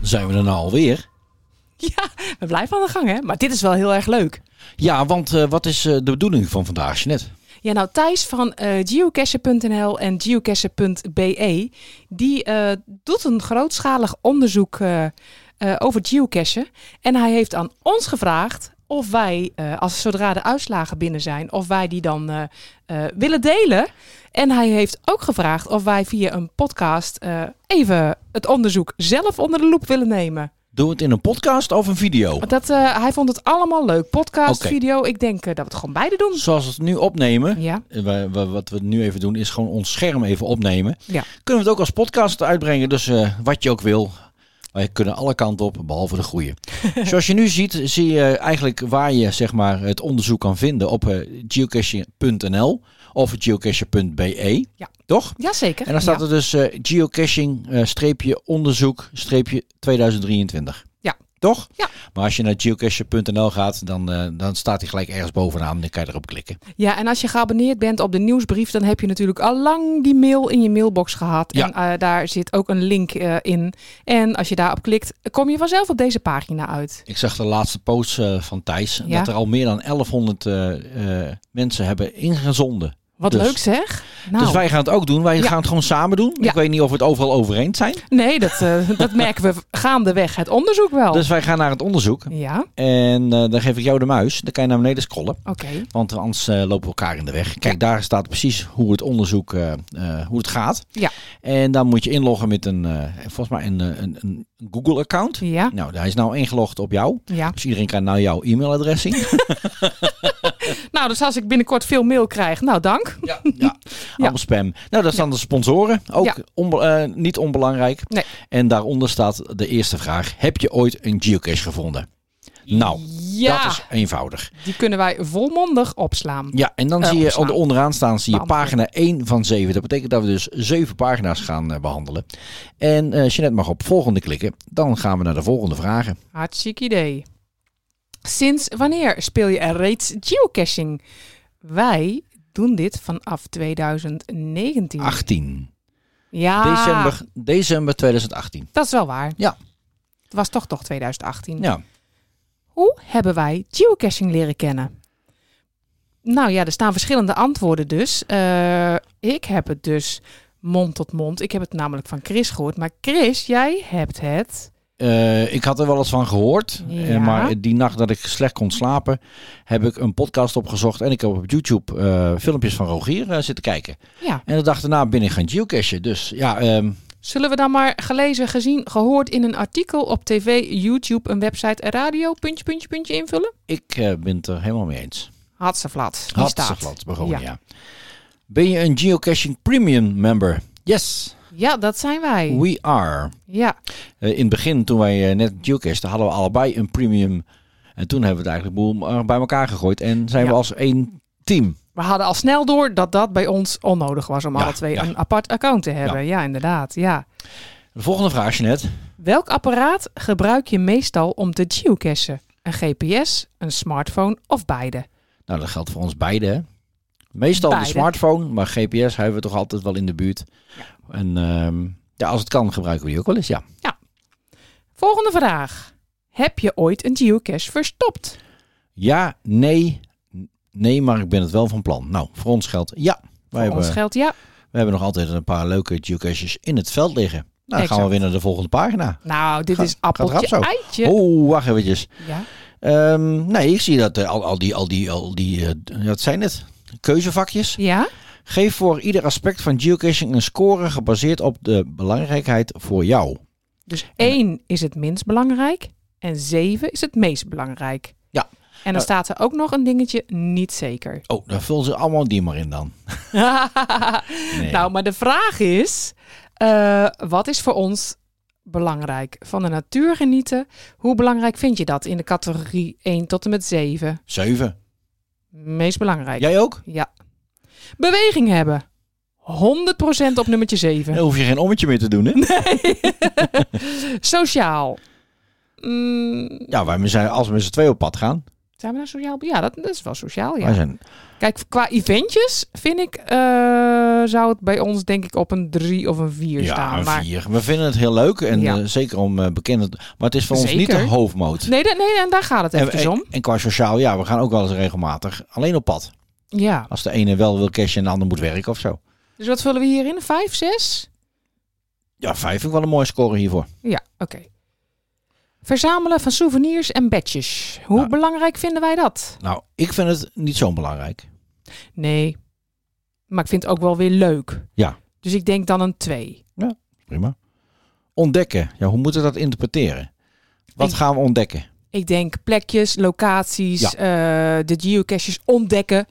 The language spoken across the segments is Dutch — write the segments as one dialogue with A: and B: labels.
A: zijn we er nou alweer.
B: Ja, we blijven aan de gang, hè? Maar dit is wel heel erg leuk.
A: Ja, want eh, wat is eh, de bedoeling van vandaag, Jeanette?
B: Ja, nou Thijs van eh geocache.nl en geocache.be, E, die eh, doet een grootschalig onderzoek eh, eh, over geocachen. En hij heeft aan ons gevraagd of wij, eh, als zodra de uitslagen binnen zijn, of wij die dan eh, eh, willen delen. En hij heeft ook gevraagd of wij via een podcast eh, even het onderzoek zelf onder de loep willen nemen.
A: Doen we het in een podcast of een video?
B: Dat, eh, hij vond het allemaal leuk. Podcast,
A: Oké.
B: video. Ik denk eh, dat we het gewoon beide doen.
A: Zoals we het nu opnemen,
B: Ja,
A: eh, wa- wa- wat we nu even doen, is gewoon ons scherm even opnemen.
B: Ja.
A: Kunnen we het ook als podcast uitbrengen, dus eh, wat je ook wil. Wij kunnen alle kanten op, behalve de goede. Zoals je nu ziet, zie je eigenlijk waar je zeg maar, het onderzoek kan vinden op eh, geocaching.nl of geocache.be. E.
B: Ja.
A: Toch?
B: jazeker.
A: En dan staat
B: ja.
A: er dus eh, geocaching eh, streepje onderzoek streepje 2023.
B: Ja.
A: Toch?
B: Ja.
A: Maar als je naar geocache.nl gaat, dan, eh, dan staat hij gelijk ergens bovenaan. Dan kan je erop klikken.
B: Ja, en als je geabonneerd bent op de nieuwsbrief, dan heb je natuurlijk al lang die mail in je mailbox gehad.
A: Ja.
B: En eh, daar zit ook een link eh, in. En als je daarop klikt, kom je vanzelf op deze pagina uit.
A: Ik zag de laatste post eh, van Thijs.
B: Ja.
A: Dat er al meer dan 1100 eh, eh, mensen hebben ingezonden.
B: Wat
A: Dus-
B: leuk zeg. Nou,
A: Dus wij gaan het ook doen. Wij
B: Ja.
A: gaan het gewoon samen doen.
B: Ja.
A: Ik weet niet of we het overal over eens zijn.
B: Nee, dat, eh, dat merken we gaandeweg het onderzoek wel.
A: Dus wij gaan naar het onderzoek.
B: Ja,
A: En eh, dan geef ik jou de muis. Dan kan je naar beneden scrollen.
B: oké.
A: Want anders eh, lopen we elkaar in de weg. Kijk, daar staat precies hoe het onderzoek eh, eh, hoe het gaat.
B: Ja.
A: En dan moet je inloggen met een, eh, volgens mij een, eh, een, een Google-account.
B: Ja,
A: Nou, hij is nou ingelogd op jou.
B: ja.
A: Dus iedereen kan nou jouw e-mailadres zien.
B: Nou, dus als ik binnenkort veel mail krijg, nou dank.
A: Ja. ja. Allemaal spam. Nou, daar staan de sponsoren. Ook
B: Ja.
A: onbe- eh, niet onbelangrijk.
B: Nee.
A: En daaronder staat de eerste vraag. Heb je ooit een geocache gevonden? Nou,
B: ja,
A: dat is eenvoudig.
B: die kunnen wij volmondig opslaan.
A: Ja, en dan
B: Eh,
A: zie je
B: opslaan.
A: onder- onderaan staan zie je
B: Behandelen.
A: pagina 1 van 7. Dat betekent dat we dus 7 pagina's gaan eh, behandelen. En eh Jeanette mag op volgende klikken. Dan gaan we naar de volgende vragen.
B: Hartstikke idee. Sinds wanneer speel je er reeds geocaching? Wij doen dit vanaf 2019.
A: 18.
B: ja,
A: December, december 2018.
B: dat is wel waar.
A: Ja.
B: Het was toch toch 2018.
A: Ja,
B: Hoe hebben wij geocaching leren kennen? Nou ja, er staan verschillende antwoorden dus. Eh, ik heb het dus mond tot mond. Ik heb het namelijk van Chris gehoord. Maar Chris, jij hebt het.
A: Eh, ik had er wel eens van gehoord.
B: Ja.
A: Eh, maar die nacht dat ik slecht kon slapen, heb ik een podcast opgezocht. En ik heb op YouTube eh, filmpjes van Rogier eh, zitten kijken.
B: Ja.
A: En de dag daarna ben ik gaan geocachen. Dus ja, ehm,
B: Zullen we dan maar gelezen, gezien, gehoord in een artikel op tv, YouTube, een website en radio, puntje, puntje, puntje invullen?
A: ik eh, ben het er helemaal mee eens.
B: Hatseflat. die staat.
A: Hartstikke begonnen, ja. Ben je een geocaching premium member? Yes,
B: Ja, dat zijn wij.
A: we are.
B: Ja,
A: Eh, in het begin, toen wij eh, net geocachen, hadden we allebei een premium. En toen hebben we het eigenlijk boel eh, bij elkaar gegooid. En zijn
B: Ja.
A: we als één team.
B: we hadden al snel door dat dat bij ons onnodig was om
A: Ja,
B: alle twee
A: ja.
B: een apart account te hebben. Ja, inderdaad. Ja.
A: De volgende vraag, Jeanette.
B: Welk apparaat gebruik je meestal om te geocachen? Een GPS, een smartphone of beide?
A: Nou, dat geldt voor ons beiden. hè? Meestal de
B: Beide.
A: smartphone, maar GPS hebben we toch altijd wel in de buurt. En ehm, ja, als het kan, gebruiken we die ook wel eens, ja.
B: Volgende vraag. Heb je ooit een geocache verstopt?
A: Ja, nee, n- nee, maar ik ben het wel van plan. Nou, voor ons geldt ja. Wij
B: Voor ons geldt ja.
A: We hebben nog altijd een paar leuke geocaches in het veld liggen. Nou, dan gaan
B: Exact.
A: we weer naar de volgende pagina.
B: Nou, dit
A: Ga-
B: is
A: gaat rap
B: appeltje
A: zo.
B: eitje.
A: Oh, wacht eventjes.
B: Ja.
A: Ehm, nee, ik zie dat eh, al, al die, al die, al die, eh, wat zijn het? Keuzevakjes.
B: Ja?
A: Geef voor ieder aspect van geocaching een score gebaseerd op de belangrijkheid voor jou.
B: Dus 1 is het minst belangrijk en 7 is het meest belangrijk.
A: Ja.
B: En dan
A: Nou-
B: staat er ook nog een dingetje niet zeker.
A: Oh, dan vullen ze allemaal die maar in dan. Nee.
B: Nou, maar de vraag is: eh, wat is voor ons belangrijk? Van de natuur genieten. Hoe belangrijk vind je dat in de categorie 1 tot en met 7?
A: Zeven.
B: Meest belangrijk.
A: Jij ook?
B: Ja. Beweging hebben. 100% op nummertje 7.
A: Dan hoef je geen ommetje meer te doen, hè?
B: Sociaal. Mm,
A: Nou, Ja, wij zijn, als we met z'n twee op pad gaan.
B: Zijn we nou sociaal? Ja, dat, dat is wel sociaal,
A: Wij
B: ja.
A: zijn
B: Kijk, qua eventjes vind ik, eh, zou het bij ons denk ik op een drie of een vier
A: ja,
B: staan.
A: een
B: maar
A: vier. We vinden het heel leuk en
B: Ja.
A: eh, zeker om eh, bekende... Maar het is voor ons niet de
B: Zeker.
A: hoofdmoot.
B: nee, da- nee, en daar gaat het
A: En,
B: eventjes
A: en,
B: om.
A: en qua sociaal, ja, we gaan ook wel eens regelmatig alleen op pad.
B: Ja.
A: Als de ene wel wil cashen en de ander moet werken of zo.
B: Dus wat vullen we hierin? Vijf, zes?
A: Ja, vijf vind ik wel een mooie score hiervoor.
B: Ja, oké. Verzamelen van souvenirs en badges. Hoe
A: Nou.
B: belangrijk vinden wij dat?
A: Nou, ik vind het niet zo belangrijk.
B: Nee. Maar ik vind het ook wel weer leuk.
A: Ja.
B: Dus ik denk dan een twee.
A: Prima. Ontdekken. Ja, hoe moeten we dat interpreteren? Wat
B: Ik-
A: gaan we ontdekken?
B: Ik denk plekjes, locaties, eh, de geocaches ontdekken.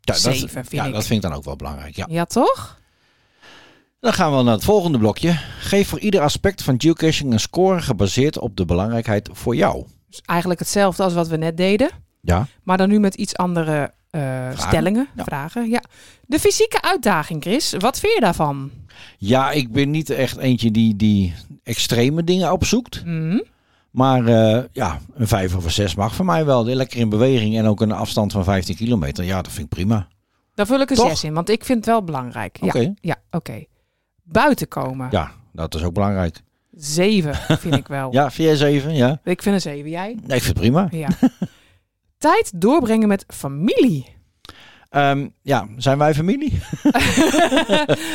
A: Ja,
B: Zeven, vind
A: ja,
B: ik.
A: dat vind ik dan ook wel belangrijk. Ja.
B: Ja, toch?
A: Dan gaan we naar het volgende blokje. Geef voor ieder aspect van geocaching een score gebaseerd op de belangrijkheid voor jou.
B: Dus eigenlijk hetzelfde als wat we net deden.
A: Ja.
B: Maar dan nu met iets andere eh, stellingen,
A: Ja.
B: vragen. Ja. De fysieke uitdaging, Chris. Wat vind je daarvan?
A: Ja, ik ben niet echt eentje die, die extreme dingen opzoekt.
B: Mhm.
A: Maar eh, ja, een vijf of een zes mag voor mij wel. Lekker in beweging en ook een afstand van 15 kilometer. Ja, dat vind ik prima.
B: Daar vul ik een
A: Toch?
B: zes in, want ik vind het wel belangrijk.
A: Oké.
B: Ja, ja oké. Buiten komen.
A: Ja, dat is ook belangrijk.
B: Zeven vind ik wel.
A: Ja, vind jij zeven? Ja.
B: Ik vind een zeven. Jij?
A: Nee, ik vind het prima.
B: Ja. Tijd doorbrengen met familie.
A: Ehm, ja, zijn wij familie?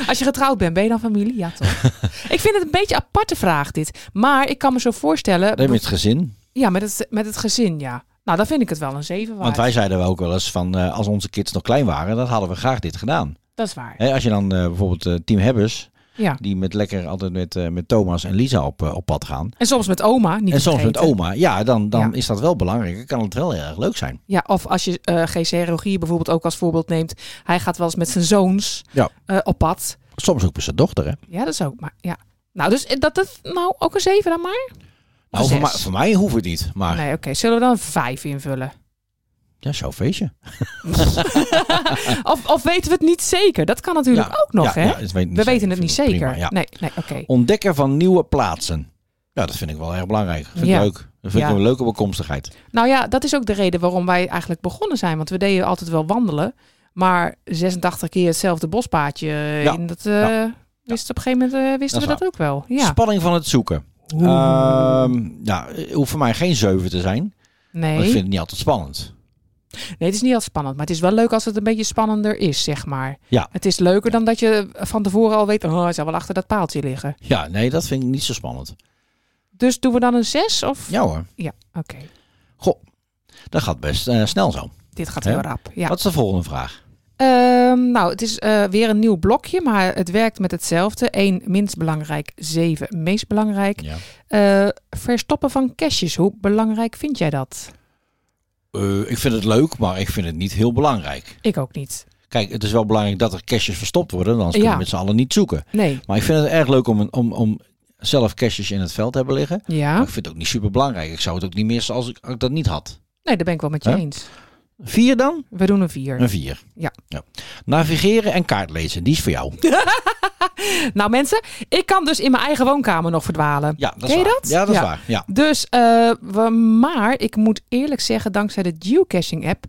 B: Als je getrouwd bent, ben je dan familie? Ja, toch? ik vind het een beetje een aparte vraag, dit. Maar ik kan me zo voorstellen...
A: Nee, met het gezin.
B: Ja, met het, met het gezin, ja. Nou, dan vind ik het wel een zeven waard.
A: Want wij zeiden wel ook wel eens van, eh, als onze kids nog klein waren, dan hadden we graag dit gedaan.
B: Dat is waar.
A: Hè, als je dan eh, bijvoorbeeld eh, Team Hebbers,
B: Ja.
A: die met lekker altijd met, eh, met Thomas en Lisa op, eh, op pad gaan.
B: En soms met oma, niet
A: en soms met
B: vergeten.
A: oma. Ja, dan, dan
B: Ja.
A: is dat wel belangrijk. Dan kan het wel heel erg leuk zijn.
B: Ja, of als je eh GC Rogier bijvoorbeeld ook als voorbeeld neemt. Hij gaat wel eens met zijn zoons
A: Ja.
B: eh, op pad.
A: Soms ook met zijn dochter, hè.
B: Ja, dat is ook. Maar, ja. Nou, dus eh, dat het nou ook een 7 dan maar?
A: Nou, voor,
B: Zes.
A: mij, voor mij hoeft het niet, maar
B: Nee, oké. Zullen we dan een 5 invullen?
A: ja, zo'n feestje.
B: of, of weten we het niet zeker? Dat kan natuurlijk
A: Ja,
B: ook nog,
A: Ja,
B: hè?
A: ja, het weet
B: we weten het
A: Ik
B: niet
A: vind
B: zeker.
A: prima, ja.
B: Nee, nee oké.
A: Ontdekken van nieuwe plaatsen. Ja, dat vind ik wel erg belangrijk. Dat vind
B: Ja.
A: ik leuk. Dat vind
B: Ja.
A: ik een leuke bekomstigheid.
B: Nou ja, dat is ook de reden waarom wij eigenlijk begonnen zijn. Want we deden altijd wel wandelen. Maar 86 keer hetzelfde bospaadje. eh,
A: Ja.
B: in dat, eh, Wist op een gegeven moment eh, wisten
A: Dat
B: we
A: is
B: dat ook wel. Ja.
A: Spanning van het zoeken. Ehm ja, het hoeft voor mij geen 7 te zijn.
B: nee.
A: Want ik vind het niet altijd spannend.
B: Nee, het is niet heel spannend. Maar het is wel leuk als het een beetje spannender is, zeg maar.
A: Ja.
B: Het is leuker dan dat je van tevoren al weet... oh, hij zal wel achter dat paaltje liggen.
A: Ja, nee, dat vind ik niet zo spannend.
B: Dus doen we dan een 6 of...
A: Ja hoor,
B: Oké,
A: dat gaat best eh, snel zo.
B: dit gaat
A: Hè?
B: heel rap. Ja.
A: Wat is de volgende vraag?
B: Ehm, nou, het is eh, weer een nieuw blokje, maar het werkt met hetzelfde. 1 minst belangrijk, 7 meest belangrijk.
A: Ja.
B: Eh, verstoppen van cashjes, hoe belangrijk vind jij dat?
A: Eh, ik vind het leuk, maar ik vind het niet heel belangrijk.
B: Ik ook niet.
A: Kijk, het is wel belangrijk dat er caches verstopt worden, anders kunnen
B: Ja.
A: we met z'n allen niet zoeken.
B: Nee.
A: Maar ik vind het erg leuk om, een- om, om zelf caches in het veld te hebben liggen. Maar
B: Ja?
A: ik vind het ook niet super belangrijk. Ik zou het ook niet missen als ik, als ik dat niet had.
B: Nee, daar ben ik wel met je
A: Hè?
B: eens.
A: Vier dan?
B: We doen een 4.
A: Een vier.
B: Ja.
A: Navigeren en kaartlezen, die is voor jou.
B: Nou mensen, ik kan dus in mijn eigen woonkamer nog verdwalen.
A: Ja, dat is
B: Ken je
A: waar.
B: dat?
A: Ja, dat is
B: Ja.
A: waar. Ja.
B: Dus, eh, we- maar ik moet eerlijk zeggen, dankzij de geocaching app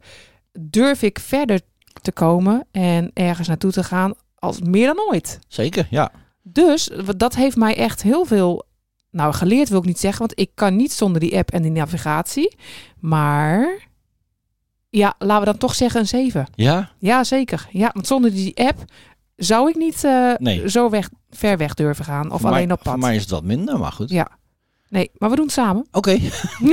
B: durf ik verder te komen en ergens naartoe te gaan als meer dan ooit.
A: Zeker, ja.
B: Dus w- dat heeft mij echt heel veel, nou geleerd wil ik niet zeggen, want ik kan niet zonder die app en die navigatie. Maar ja, laten we dan toch zeggen een 7.
A: Ja?
B: Ja, zeker. Ja, want zonder die app zou ik niet eh,
A: Nee.
B: zo weg, ver weg durven gaan of
A: Voor mij-
B: alleen op
A: Voor
B: pad.
A: mij is het wat minder, maar goed.
B: Ja. Nee, maar we doen het samen.
A: Oké.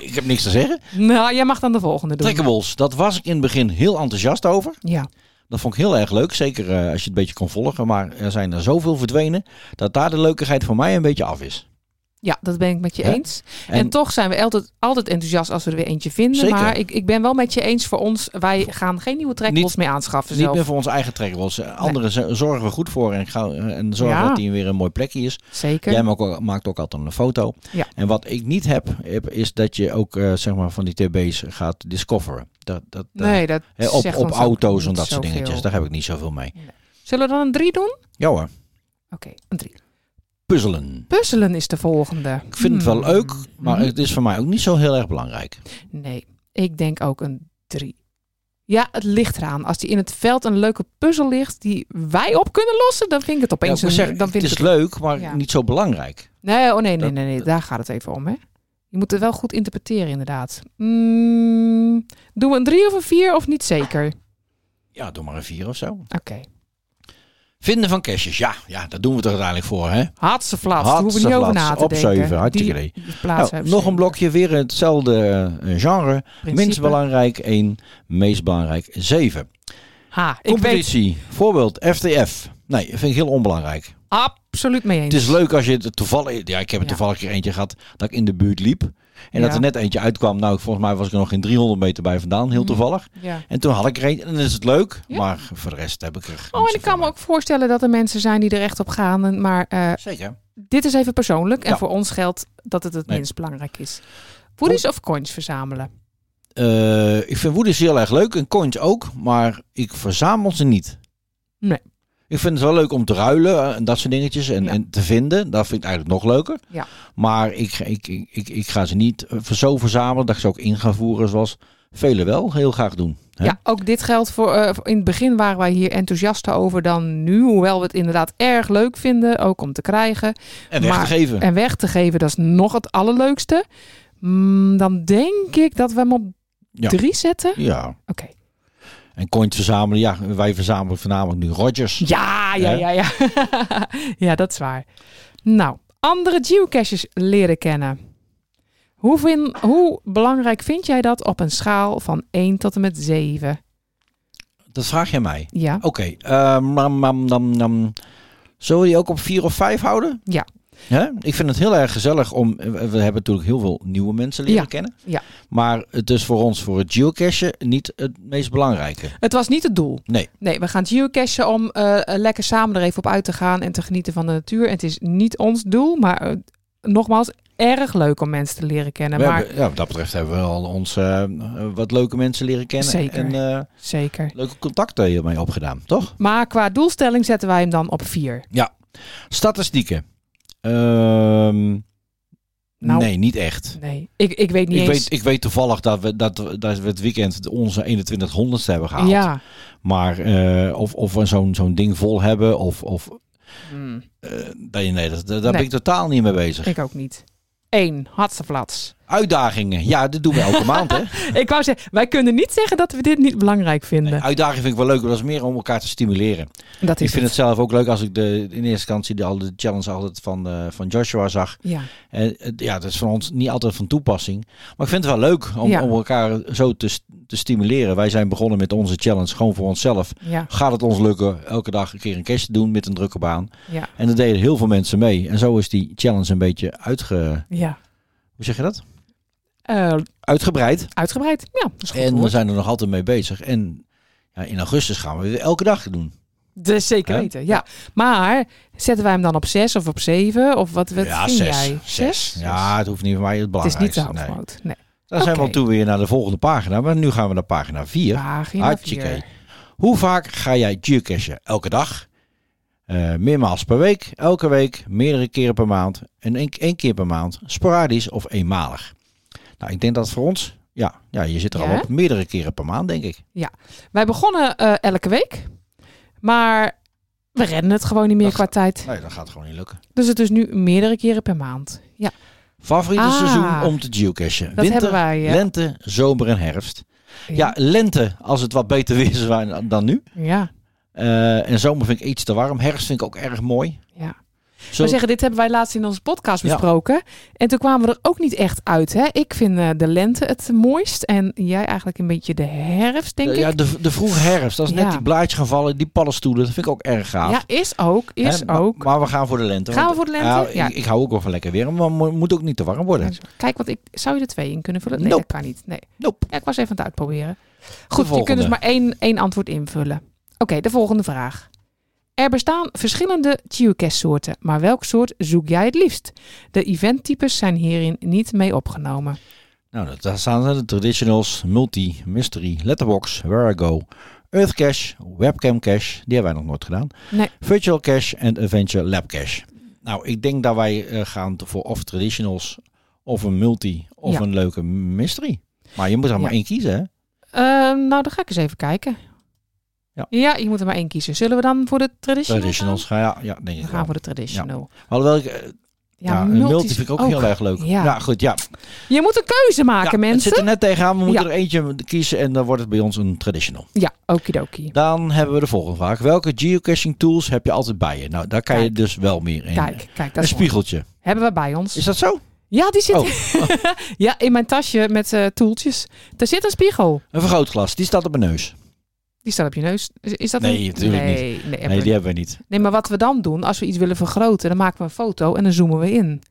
A: ik heb niks te zeggen.
B: Nou, jij mag dan de volgende doen.
A: Trekkerbols, dat was ik in het begin heel enthousiast over.
B: Ja.
A: Dat vond ik heel erg leuk, zeker eh, als je het een beetje kon volgen. Maar er zijn er zoveel verdwenen dat daar de leukigheid voor mij een beetje af is.
B: Ja, dat ben ik met je
A: Hè?
B: eens. En,
A: En-
B: toch zijn we altijd, altijd enthousiast als we er weer eentje vinden.
A: Zeker.
B: Maar ik, ik ben wel met je eens voor ons. Wij gaan geen nieuwe trekpots meer aanschaffen
A: Niet
B: zelf.
A: meer voor onze eigen trekkerbols. Anderen z- zorgen we goed voor en, ik ga, eh, en zorgen
B: Ja.
A: dat die weer een mooi plekje is.
B: Zeker.
A: Jij maakt ook, maakt ook altijd een foto.
B: Ja.
A: En wat ik niet heb, heb, is dat je ook eh, zeg maar van die TB's gaat discoveren. Dat, dat, eh,
B: nee, dat
A: hè, op,
B: zegt
A: op
B: ons ook
A: auto's en
B: niet
A: dat soort
B: zoveel.
A: dingetjes. Daar heb ik niet zoveel mee.
B: Zullen we dan een drie doen? Oké,
A: Ja hoor,
B: een drie.
A: puzzelen.
B: Puzzelen is de volgende. Hmm. Mhm.
A: Ik vind het wel leuk, maar het is voor mij ook niet zo heel erg belangrijk.
B: Nee. Ik denk ook een 3. Ja, het ligt eraan. Als die in het veld een leuke puzzel ligt die wij op kunnen lossen, dan vind ik het
A: Ja,
B: opeens
A: ik moet
B: een,
A: zeggen,
B: dan vind
A: het
B: ik
A: is leuk, maar
B: ja.
A: niet zo belangrijk.
B: Nee, oh nee, nee,
A: Dat-
B: nee, nee, daar gaat het even om, hè? Je moet het wel goed interpreteren, inderdaad. Mm, doen we een drie of een vier of niet zeker? Oké.
A: Ja, doe maar een vier of zo.
B: Ah.
A: Vinden van caches, ja, ja, daar doen we toch uiteindelijk voor, hè?
B: Hartse flats. Daar hoeven we niet
A: Hartse
B: over na
A: flats.
B: te
A: Op
B: denken.
A: zeven, hartstikke
B: Die
A: Nou,
B: plaats hebben
A: nog
B: zeven.
A: een blokje, weer hetzelfde eh, genre.
B: Principe.
A: Minst belangrijk 1, meest belangrijk 7.
B: Ha, ik weet
A: Competitie, voorbeeld FTF. Nee, vind ik heel onbelangrijk.
B: absoluut mee eens.
A: Het is leuk als je het toevallig... Ja, ik heb er
B: Ja.
A: toevallig keer eentje gehad dat ik in de buurt liep. En dat
B: Ja.
A: er net eentje uitkwam. Nou, volgens mij was ik er nog geen 300 meter bij vandaan, heel
B: Mm.
A: toevallig.
B: Ja.
A: En toen had ik er een en dan is het leuk.
B: Ja.
A: Maar voor de rest heb ik er niet
B: Oh, en ik
A: zoveel
B: kan me
A: aan.
B: ook voorstellen dat er mensen zijn die er echt op gaan. en- Maar eh,
A: Zeker.
B: dit is even persoonlijk. En
A: Ja.
B: voor ons geldt dat het het
A: Nee.
B: minst belangrijk is. Woedies of coins verzamelen?
A: Eh, ik vind woedies heel erg leuk en coins ook, maar ik verzamel ze niet.
B: Nee.
A: Ik vind het wel leuk om te ruilen eh, en dat soort dingetjes en,
B: Ja.
A: en te vinden. Dat vind ik eigenlijk nog leuker.
B: Ja.
A: Maar ik, ik, ik, ik, ik ga ze niet eh, zo verzamelen dat ik ze ook in ga voeren zoals velen wel heel graag doen. Hè?
B: Ja, ook dit geldt voor. eh, voor- in het begin waren wij hier enthousiaster over dan nu. Hoewel we het inderdaad erg leuk vinden. Ook om te krijgen
A: En weg
B: Maar- Eh?
A: te geven.
B: en weg te geven. Dat is nog het allerleukste. Mm, dan denk ik dat we hem op
A: Ja.
B: drie zetten. Oké.
A: Ja. En coins verzamelen, ja, wij verzamelen voornamelijk nu Rogers.
B: Ja, ja, ja, ja. ja, dat is waar. Nou, andere geocaches leren kennen. Hoe, vin- hoe belangrijk vind jij dat op een schaal van 1 tot en met 7?
A: Dat vraag jij mij.
B: Ja.
A: Oké, eh, nam, nam, nam, nam. zullen we die ook op vier of vijf houden?
B: Ja.
A: Hè? Ik vind het heel erg gezellig om, eh, we hebben natuurlijk heel veel nieuwe mensen leren
B: Ja,
A: kennen.
B: ja.
A: Maar het is voor ons, voor het geocachen, niet het meest belangrijke.
B: Het was niet het doel.
A: Nee.
B: Nee, we gaan geocachen om eh, lekker samen er even op uit te gaan en te genieten van de natuur. En het is niet ons doel, maar eh, nogmaals, erg leuk om mensen te leren kennen.
A: we
B: maar
A: hebben, ja, wat dat betreft hebben we al ons eh, wat leuke mensen leren kennen.
B: Zeker.
A: En eh,
B: zeker.
A: leuke contacten hiermee opgedaan, toch?
B: Maar qua doelstelling zetten wij hem dan op 4.
A: Statistieken. Ehm,
B: Nou.
A: nee, niet echt.
B: Nee, ik, ik weet niet
A: Ik
B: eens.
A: weet, ik weet toevallig dat we, dat, we- dat we het weekend onze 2100ste hebben gehaald.
B: ja.
A: Maar eh, of, of we zo'n zo'n ding vol hebben, of, of
B: Hmm.
A: eh, nee, nee, dat, daar ben
B: Nee.
A: ik totaal niet mee bezig.
B: Ik ook niet. Eén, hartstikke
A: Uitdagingen, ja, dat doen we elke maand. Hè?
B: Ik wou zeggen, wij kunnen niet zeggen dat we dit niet belangrijk vinden.
A: Nee, uitdagingen vind ik wel leuk, maar dat is meer om elkaar te stimuleren.
B: dat is
A: ik vind het zelf ook leuk als ik de, in eerste instantie de, al de challenge altijd van, eh, van Joshua zag.
B: Ja,
A: En, eh, ja, dat is voor ons niet altijd van toepassing. Maar ik vind het wel leuk om,
B: Ja.
A: om elkaar zo te, s- te stimuleren. Wij zijn begonnen met onze challenge gewoon voor onszelf.
B: ja,
A: Gaat het ons lukken elke dag een keer een cash te doen met een drukke baan?
B: ja,
A: En dat deden heel veel mensen mee. En zo is die challenge een beetje uitge...
B: ja.
A: Hoe zeg je dat?
B: Eh,
A: Uitgebreid.
B: uitgebreid. Ja, dat is goed.
A: En we
B: hoor.
A: zijn er nog altijd mee bezig. En ja, in augustus gaan we weer elke dag doen.
B: Dus zeker
A: Hè?
B: weten, ja. Maar zetten wij hem dan op zes of op zeven? Of wat, wat
A: ja,
B: vind
A: zes.
B: jij?
A: zes. Ja, het hoeft niet voor mij het
B: het is niet
A: belangrijkste. nee. Dan
B: de hoofdmoot. Nee.
A: zijn we
B: Oké.
A: al toe weer naar de volgende pagina. Maar nu gaan we naar pagina 4.
B: Pagina
A: Hartstikke.
B: vier.
A: Hoe vaak ga jij geocachen? Elke dag? Eh, meermaals per week, elke week, meerdere keren per maand en één, één keer per maand, sporadisch of eenmalig. Nou, ik denk dat voor ons, ja, ja je zit er
B: Ja,
A: al op, meerdere keren per maand, denk ik.
B: Wij begonnen eh, elke week. Maar we redden het gewoon niet meer
A: Dat-
B: qua tijd.
A: Nee, dat gaat gewoon niet lukken.
B: Dus het is nu meerdere keren per maand. Ja,
A: Favoriete
B: Ah,
A: seizoen om te geocachen?
B: dat
A: Winter,
B: hebben wij. eh,
A: lente, zomer en herfst. Ja, lente als het wat beter weer is wa- dan nu.
B: ja.
A: Eh, en zomer vind ik iets te warm. Herfst vind ik ook erg mooi.
B: ja.
A: Zo,
B: We zeggen, dit hebben wij laatst in onze podcast
A: Ja.
B: besproken. En toen kwamen we er ook niet echt uit. Hè? Ik vind eh, de lente het mooist. En jij eigenlijk een beetje de herfst, denk
A: Eh, ja,
B: ik.
A: de, de vroege herfst, als
B: Ja.
A: net die blaadjes gaan vallen, die paddenstoelen, dat vind ik ook erg gaaf.
B: Ja, is ook. Is
A: Hè, maar-
B: ook.
A: Maar we gaan voor de lente.
B: Gaan we
A: want-
B: voor de lente?
A: Nou, ik-
B: Ja.
A: ik, hou ook wel van lekker weer, maar het moet ook niet te warm worden.
B: Kijk, want ik zou je er twee in kunnen vullen. Nee,
A: Nope.
B: dat kan niet. Nee.
A: Nope.
B: Ja, ik was even aan het uitproberen.
A: De
B: Goed, je
A: volgende.
B: kunt dus maar één, één antwoord invullen. Oké, de volgende vraag. Er bestaan verschillende geocache-soorten, maar welk soort zoek jij het liefst? De eventtypes zijn hierin niet mee opgenomen.
A: Nou, dat- daar staan de traditionals, multi, mystery, letterbox, where I go, earth cache, webcam cache, die hebben wij nog nooit gedaan,
B: Nee.
A: virtual cache en adventure lab cache. Nou, ik denk dat wij eh, gaan voor of traditionals, of een multi, of
B: Ja.
A: een leuke mystery. Maar je moet er maar
B: Ja.
A: één kiezen, hè?
B: Ehm, nou, dan ga ik eens even kijken.
A: Ja.
B: je moet er maar één kiezen. Zullen we dan voor de traditional?
A: Traditionals. ga- Ja, ja, denk
B: gaan?
A: ik
B: We gaan
A: wel.
B: voor de traditional. Oh.
A: Alhoewel, ik, eh, ja, een multi, vind ik ook, heel erg leuk. Ja,
B: Ja.
A: goed, ja.
B: Je moet een keuze maken,
A: ja het
B: mensen.
A: zit er net tegenaan. We moeten
B: Ja.
A: er eentje kiezen en dan wordt het bij ons een traditional.
B: Ja, okidoki.
A: Dan hebben we de volgende vraag. Welke geocaching tools heb je altijd bij je? Nou, daar kan je
B: Kijk.
A: dus wel meer in.
B: Kijk, kijk, dat
A: een
B: is mooi.
A: spiegeltje.
B: Hebben we bij ons.
A: Is dat zo?
B: Ja, die zit
A: Oh.
B: ja, in mijn tasje met eh toeltjes. Daar zit een spiegel.
A: Een vergrootglas. Die staat op mijn neus.
B: Die staat op je neus. Is, is dat
A: Nee,
B: een...
A: natuurlijk niet.
B: nee, Nee,
A: Nee,
B: nee,
A: die hebben we niet.
B: nee, maar wat we dan doen, als we iets willen vergroten, dan maken we een foto en dan zoomen we in.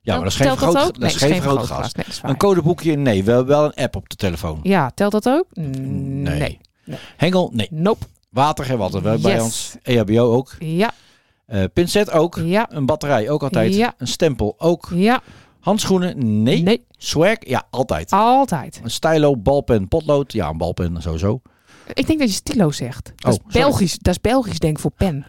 A: Ja, maar dat is geen
B: Telt
A: vergroot,
B: ook?
A: dat
B: Nee,
A: is geen vergrootglas.
B: vergrootglas. Nee, dat is waar.
A: Een codeboekje? Nee, we hebben wel een app op de telefoon.
B: Ja, telt dat ook? Mm, Nee. Nee.
A: Hengel? Nee.
B: Nope.
A: Water hebben we altijd wel bij
B: Yes.
A: ons. E EHBO ook.
B: Ja,
A: Eh pincet ook.
B: ja,
A: Een batterij ook altijd.
B: Ja.
A: Een stempel ook.
B: ja.
A: Handschoenen? Nee.
B: Nee,
A: Swag? Ja, altijd.
B: altijd.
A: Een stylo, balpen, potlood. Ja, een balpen sowieso.
B: Ik denk dat je stilo zegt. Dat,
A: Oh,
B: is,
A: sorry.
B: Belgisch, dat is Belgisch, denk ik, voor pen.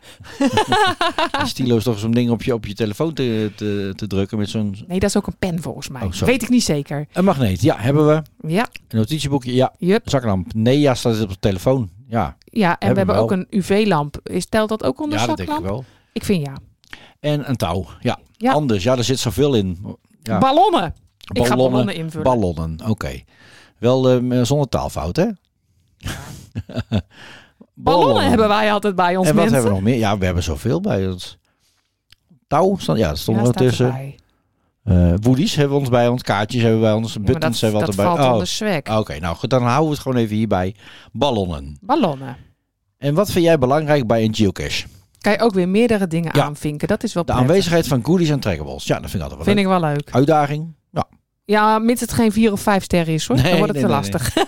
A: Een stilo is toch zo'n ding op je, op je telefoon te, te, te drukken met zo'n...
B: Nee, dat is ook een pen volgens mij.
A: Oh, sorry.
B: Weet ik niet zeker.
A: Een magneet, ja, hebben we.
B: Ja,
A: Een notitieboekje, ja.
B: jup.
A: Een zaklamp, nee, ja, staat het op de telefoon. Ja,
B: Ja, en
A: Hebben
B: we hebben
A: we
B: ook
A: wel.
B: een UV-lamp. Is- Telt dat ook onder
A: ja dat denk ik
B: zaklamp?
A: wel.
B: Ik vind ja.
A: En een touw, ja.
B: Ja.
A: Anders, ja, er zit zoveel in. Ja.
B: Ballonnen. Ik ga ballonnen invullen.
A: Ballonnen, oké. Wel ehm, zonder taalfout, hè?
B: ballonnen. hebben wij altijd bij ons
A: En wat
B: mensen.
A: hebben we nog meer? Ja, we hebben zoveel bij ons. Touw, stond- ja, dat stond
B: Ja,
A: er
B: staat
A: tussen.
B: erbij.
A: Eh woedies hebben we ons bij ons, kaartjes hebben we bij ons,
B: Ja, maar
A: buttons
B: dat
A: hebben we
B: dat
A: altijd bij
B: valt
A: Oh,
B: onder swag.
A: Oké, nou goed, dan houden we het gewoon even hierbij. Ballonnen.
B: Ballonnen.
A: En wat vind jij belangrijk bij een geocache?
B: Kan je ook weer meerdere dingen
A: Ja.
B: aanvinken. Dat is wel
A: De
B: prettig.
A: aanwezigheid van goodies en trackables. Ja, dat vind ik altijd wel
B: Vind
A: leuk.
B: ik wel leuk.
A: Uitdaging. Ja,
B: Ja, mits het geen vier of vijf sterren is hoor.
A: Nee,
B: dan wordt het
A: nee,
B: te
A: nee,
B: lastig.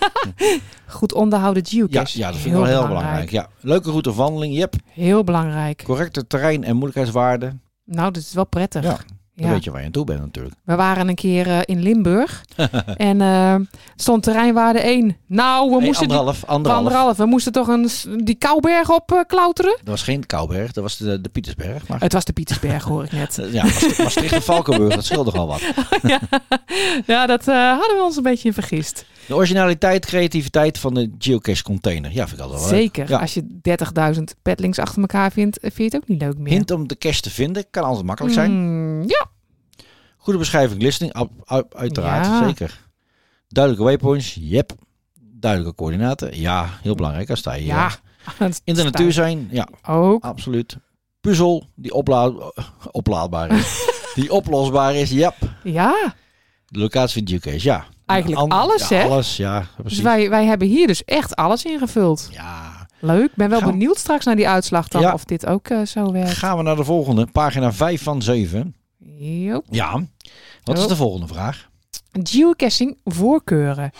B: Goed onderhouden
A: ja,
B: geocache.
A: ja dat vind ik wel heel belangrijk. Ja. Leuke route of wandeling. Yep.
B: Heel belangrijk.
A: Correcte terrein en moeilijkheidswaarde.
B: Nou, dat is wel prettig.
A: Ja, Dan
B: Ja.
A: weet je waar je aan toe bent natuurlijk.
B: We waren een keer eh, in Limburg. en eh, stond terreinwaarde 1. Nou, we
A: Hey,
B: moesten... die-
A: anderhalf, anderhalf.
B: anderhalf. We moesten toch een, s- die Kouberg op eh, klauteren?
A: Dat was geen Kouberg, dat was de, de Pietersberg. Maar Eh,
B: Het was de Pietersberg, hoor ik net.
A: ja, Maast- Maastricht en Valkenburg, dat scheelt nogal wat.
B: ja. ja, dat eh, hadden we ons een beetje in vergist.
A: De originaliteit, creativiteit van de geocache container. Ja, vind ik altijd wel leuk.
B: Zeker.
A: Ja.
B: Als je 30.000 petlinks achter elkaar vindt, eh, vind je het ook niet leuk meer.
A: Hint om de cache te vinden kan altijd makkelijk zijn.
B: Mm, ja.
A: Goede beschrijving, listing, ab- ab- uiteraard,
B: Ja.
A: zeker. Duidelijke waypoints, yep. Duidelijke coördinaten, ja, heel belangrijk als sta je
B: Ja.
A: eh, in de natuur zijn, ja,
B: Ook.
A: absoluut. Puzzel die opla- oplaadbaar is, die oplosbaar is, yep.
B: Ja.
A: De locatie van geocache, ja. Nou,
B: Eigenlijk
A: An-
B: alles,
A: ja,
B: hè?
A: Alles, ja, precies.
B: Dus wij, wij hebben hier dus echt alles ingevuld.
A: Ja,
B: Leuk. Ben wel
A: Gaan we-
B: benieuwd straks naar die uitslag dan
A: Ja.
B: of dit ook eh, zo werkt.
A: gaan we naar de volgende, pagina 5 van 7.
B: Joop.
A: Ja, wat is
B: Oh.
A: de volgende vraag?
B: Geocaching voorkeuren.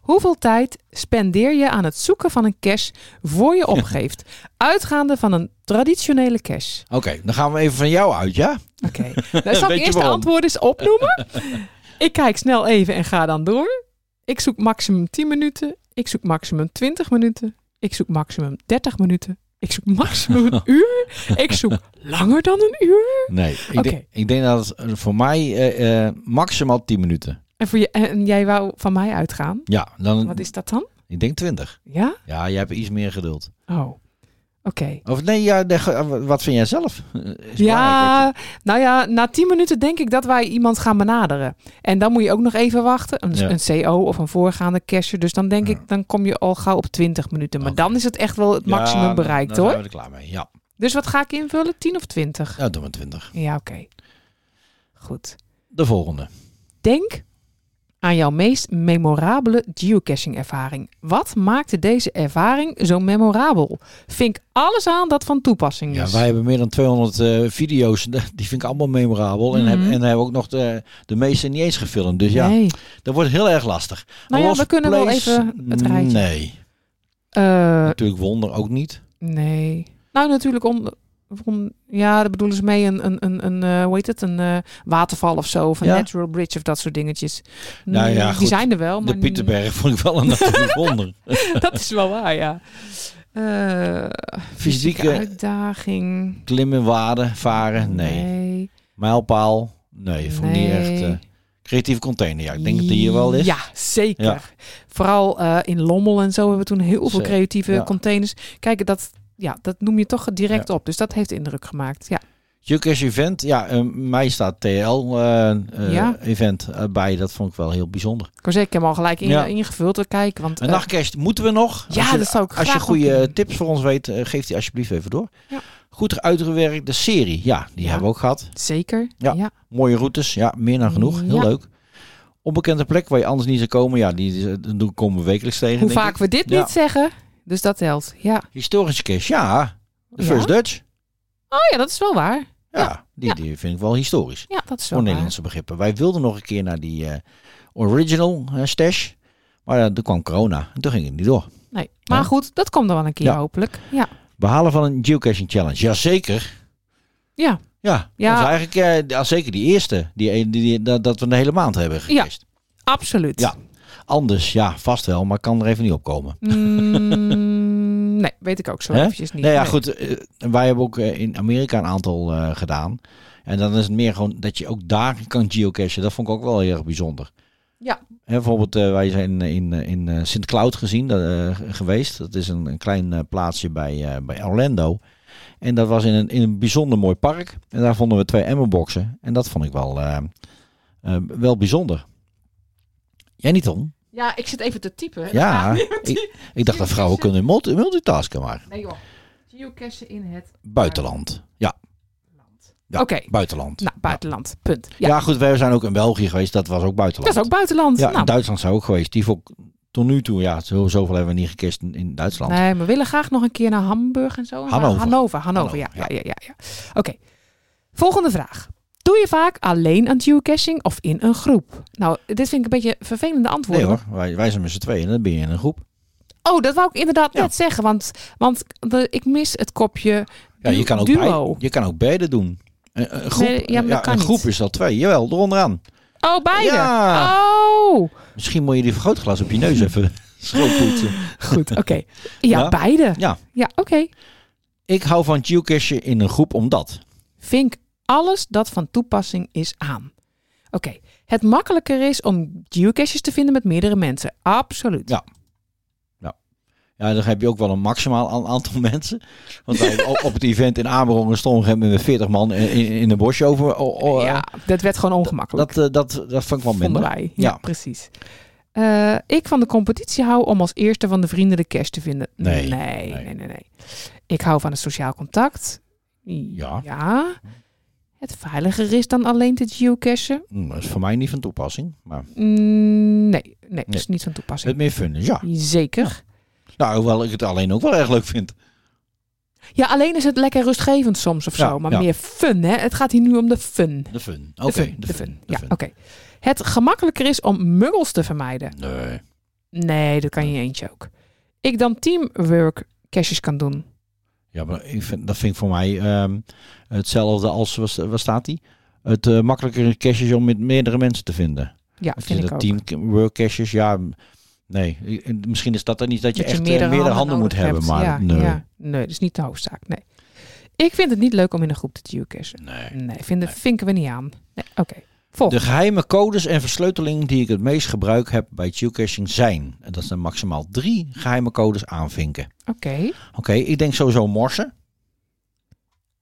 B: Hoeveel tijd spendeer je aan het zoeken van een cache voor je opgeeft? Uitgaande van een traditionele cache.
A: Oké, dan gaan we even van jou uit, ja?
B: Oké. Nou,
A: Weet
B: zal ik
A: je
B: eerst de
A: waarom?
B: antwoorden eens opnoemen? ik kijk snel even en ga dan door. Ik zoek maximum 10 minuten. Ik zoek maximum 20 minuten. Ik zoek maximum 30 minuten. Ik zoek maximum een uur. Ik zoek langer dan een uur.
A: Nee, ik,
B: Oké.
A: denk, ik denk dat het eh, voor mij eh, eh, maximaal 10 minuten.
B: En, voor je, en jij wou van mij uitgaan.
A: Ja, dan
B: Wat is dat dan?
A: ik denk 20.
B: Ja?
A: Ja, jij hebt iets meer geduld.
B: Oh. Oké.
A: Of nee, ja, nee, ge- wat vind jij zelf? Is belangrijk wat
B: Ja, nou ja, na 10 minuten denk ik dat wij iemand gaan benaderen. En dan moet je ook nog even wachten. Een,
A: Ja.
B: een CO of een voorgaande cashier. Dus dan denk
A: Ja.
B: ik, dan kom je al gauw op 20 minuten. Maar
A: Oké.
B: dan is het echt wel het
A: je- Ja, nou,
B: maximum
A: dan-
B: bereikt
A: dan
B: hoor.
A: zijn we er klaar mee. Ja,
B: Dus wat ga ik invullen? 10 of 20?
A: ja doen we 20.
B: Ja, oké. Goed.
A: De volgende.
B: Denk aan jouw meest memorabele geocaching ervaring. Wat maakte deze ervaring zo memorabel? Vink alles aan dat van toepassing
A: Ja,
B: is.
A: wij hebben meer dan 200 eh, video's. Die vind ik allemaal memorabel. En,
B: Mhm.
A: hebben, en hebben ook nog de, de meeste niet eens gefilmd. Dus ja,
B: Nee.
A: dat wordt heel erg lastig.
B: Nou ja,
A: Lost
B: we kunnen wel
A: Place?
B: even het rijtje.
A: Nee,
B: Eh,
A: natuurlijk Wonder ook niet.
B: Nee. Nou, natuurlijk om... om- ja, daar bedoelen ze mee een, een, een, een eh, hoe heet het, een eh, waterval of zo. Of een
A: Ja.
B: natural bridge of dat soort dingetjes.
A: Nou ja,
B: die
A: goed.
B: zijn er wel.
A: De
B: Maar
A: Pieterberg vond ik wel een natuurlijk wonder.
B: dat is wel waar, ja. Eh,
A: Fysieke
B: uitdaging.
A: klimmen, waden, varen, nee.
B: Nee.
A: Mijlpaal, nee. Vond ik niet echt... eh, Creatieve container, ja. Ik denk dat die hier wel is.
B: Ja, zeker.
A: Ja.
B: Vooral eh, in Lommel en zo hebben we toen heel veel
A: Zeker,
B: creatieve
A: ja.
B: containers. Kijk, dat, ja, dat noem je toch direct op. Dus dat heeft indruk gemaakt. Ja,
A: Geocache event, ja, eh, mij staat TL eh, eh,
B: Ja.
A: event eh, bij. Dat vond ik wel heel bijzonder.
B: ik wou zeggen, ik heb hem al gelijk in-
A: Ja.
B: ingevuld. We kijken, want
A: Een
B: eh,
A: nachtcache moeten we nog.
B: ja,
A: Als je-
B: dat zou ik
A: Als je
B: graag
A: goede
B: opdoen.
A: tips voor ons weet, eh, geef die alsjeblieft even door.
B: Ja.
A: Goed uitgewerkt, de serie. Ja, die
B: Ja.
A: hebben we ook gehad.
B: Zeker.
A: Ja.
B: Ja.
A: Mooie routes, ja, meer dan genoeg. Heel
B: Ja.
A: leuk. Onbekende plek waar je anders niet zou komen. Ja, die, die, die komen we wekelijks tegen.
B: Hoe
A: denk
B: vaak
A: ik.
B: we dit
A: Ja.
B: niet zeggen, dus dat telt. Ja.
A: Historische cache, ja. De
B: Ja?
A: First Dutch.
B: Oh ja, dat is wel waar.
A: Ja, Die,
B: Ja.
A: die vind ik wel historisch.
B: Ja, dat is wel
A: Voor
B: waar.
A: Nederlandse begrippen. Wij wilden nog een keer naar die eh, original eh, stash. Maar eh, er kwam corona en toen ging het niet door.
B: Nee. Maar
A: Ja.
B: goed, dat komt dan wel een keer
A: Ja.
B: hopelijk. Ja.
A: Behalen van een geocaching challenge. Jazeker.
B: Ja.
A: Ja,
B: Ja.
A: dat is eigenlijk eh, zeker die eerste. Die, die, die- dat, dat we een hele maand hebben gecached.
B: Absoluut.
A: Ja. Anders, ja, vast wel, maar kan er even niet opkomen.
B: Mm, nee, weet ik ook zo
A: Hè?
B: eventjes niet.
A: Nou ja,
B: Nee.
A: goed. eh, wij hebben ook eh, in Amerika een aantal eh, gedaan. En dan is het meer gewoon dat je ook daar kan geocachen. Dat vond ik ook wel heel erg bijzonder.
B: Ja.
A: Hè, bijvoorbeeld, eh, wij zijn in, eh, in eh, Sint Cloud gezien, eh, geweest. Dat is een, een klein eh, plaatsje bij, eh, bij Orlando. En dat was in een, in een bijzonder mooi park. En daar vonden we twee emmerboxen. En dat vond ik wel, eh, eh, wel bijzonder. Jij niet, Tom?
B: Ja, ik zit even te typen.
A: Ja. Ik, ik dacht dat vrouwen
B: dus,
A: kunnen multi- multitasken, maar
B: Nee joh. Geocachen in het
A: buitenland. Ja.
B: land.
A: Ja.
B: Oké.
A: Buitenland.
B: Nou, buitenland. Punt.
A: Ja.
B: Ja.
A: goed, wij zijn ook in België geweest. Dat was ook buitenland.
B: Dat is ook buitenland.
A: Ja, in
B: nou,
A: Duitsland zijn we ook geweest. Die vond ik tot nu toe, ja, zo, zoveel hebben we niet gekist in, in Duitsland.
B: nee, we willen graag nog een keer naar Hamburg en zo.
A: Hannover.
B: Hannover, Hannover, ja. ja,
A: Hannover,
B: ja, ja, ja. Oké. Volgende vraag. Doe je vaak alleen aan geocaching of in een groep? Nou, dit vind ik een beetje een vervelende
A: Nee
B: antwoorden.
A: hoor, wij, wij zijn met z'n tweeën en dan ben je in een groep.
B: Oh, dat wou ik inderdaad
A: Ja.
B: net zeggen, want, want de- ik mis het kopje
A: Ja, je,
B: du-
A: kan ook
B: duo.
A: bij- je kan ook beide doen. Een, een groep,
B: Nee, ja, maar dat kan
A: een
B: niet.
A: groep is al twee. Jawel, eronderaan.
B: Oh, beide?
A: Ja.
B: Oh!
A: Misschien moet je die vergrootglas op je neus even schoonpoetsen.
B: Goed, oké. Ja,
A: Ja.
B: beide.
A: Ja.
B: Ja, oké.
A: Ik hou van geocachen in een groep omdat.
B: Vink alles dat van toepassing is aan. Oké, het makkelijker is om geocaches te vinden met meerdere mensen. Absoluut.
A: Ja. Ja, dan heb je ook wel een maximaal aan- aantal mensen. Want wij op op het event in Amerongen stonden we met 40 man in, in- in een bosje over. o- o-
B: Ja, dat werd gewoon ongemakkelijk.
A: Oh, Dat, eh, dat, dat vond ik wel
B: vonden
A: minder.
B: wij. Ja,
A: Ja.
B: precies. Eh, ik van de competitie hou om als eerste van de vrienden de cash te vinden.
A: Nee,
B: Nee,
A: nee.
B: nee, nee. nee. Ik hou van het sociaal contact.
A: Ja.
B: ja. Het veiliger is dan alleen te geocachen.
A: Hm, Dat is voor mij niet van toepassing. Maar
B: Mm, nee, nee,
A: Nee.
B: dat is niet van
A: het
B: toepassing.
A: meer fun is, ja.
B: Zeker.
A: Nou, hoewel ik het alleen ook wel erg leuk vind.
B: Ja. alleen is het lekker rustgevend soms of
A: Ja,
B: zo. Maar
A: ja.
B: meer fun, hè? Het gaat hier nu om de fun.
A: De fun. Oké,
B: De fun, de fun.
A: de
B: Ja, oké. Het gemakkelijker is om muggels te vermijden.
A: Nee.
B: Nee, dat kan je in je eentje ook. Ik dan teamwork caches kan doen.
A: Ja, maar ik vind, dat vind ik voor mij ehm, hetzelfde als, wat waar staat die? Het eh, makkelijker caches om met meerdere mensen te vinden.
B: Ja,
A: Het
B: vind
A: is
B: ik ook.
A: dat teamwork caches, ja. m- Nee, Ik- misschien is dat dan niet dat je
B: Dat
A: echt eh, meerdere, handen, moet
B: nodig
A: hebben.
B: hebt.
A: Maar
B: ja,
A: nee.
B: ja. nee, dat is niet de hoofdzaak. Nee. Ik vind het niet leuk om in een groep te geocachen.
A: nee. Dus-
B: Nee, vinden, vinken we niet aan. Nee, oké. Volgende.
A: De geheime codes en versleuteling die ik het meest gebruik heb bij geocaching zijn... en dat zijn maximaal drie geheime codes aanvinken.
B: Oké.
A: Oké, ik denk sowieso morsen.